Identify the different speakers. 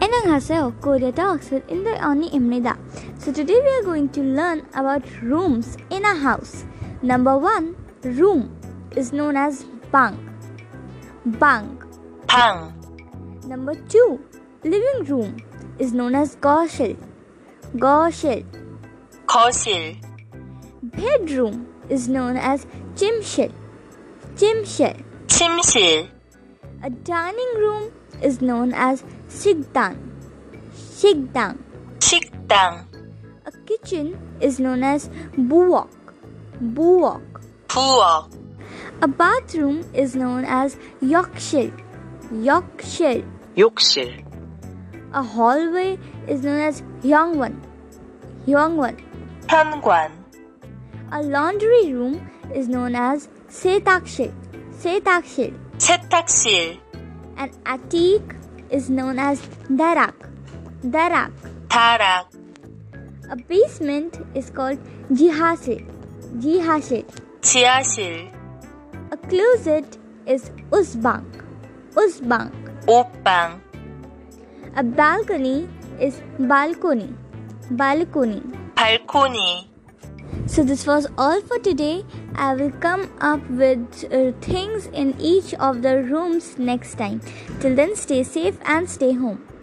Speaker 1: Annyeonghaseyo, Korea Talks with Inder Oni Imnida. So today we are going to learn about rooms in a house. Number one, room is known as bang. Bang.
Speaker 2: 방,
Speaker 1: Number two, living room is known as goshil. Goshil.
Speaker 2: 거실,
Speaker 1: Bedroom is known as chimshil. Chimshil.
Speaker 2: 침실,
Speaker 1: A dining room is known as shigdan. Shigdan.
Speaker 2: 식당,
Speaker 1: A kitchen is known as buwok. Buwok.
Speaker 2: 부엌,
Speaker 1: A bathroom is known as yokshil. Yokshil.
Speaker 2: 욕실,
Speaker 1: A hallway is known as yongwon. Yongwon.
Speaker 2: 현관,
Speaker 1: A laundry room is known as setakshil. Setakshil.
Speaker 2: 세탁실,
Speaker 1: An attic is known as darak. Darak.
Speaker 2: 다락,
Speaker 1: A basement is called jihasil. Jihasil.
Speaker 2: 지하실,
Speaker 1: A closet is usbank. Usbank.
Speaker 2: 옷방,
Speaker 1: A balcony is balcony. Balcony.
Speaker 2: 발코니,
Speaker 1: So this was all for today. I will come up with uh, things in each of the rooms next time. Till then, stay safe and stay home.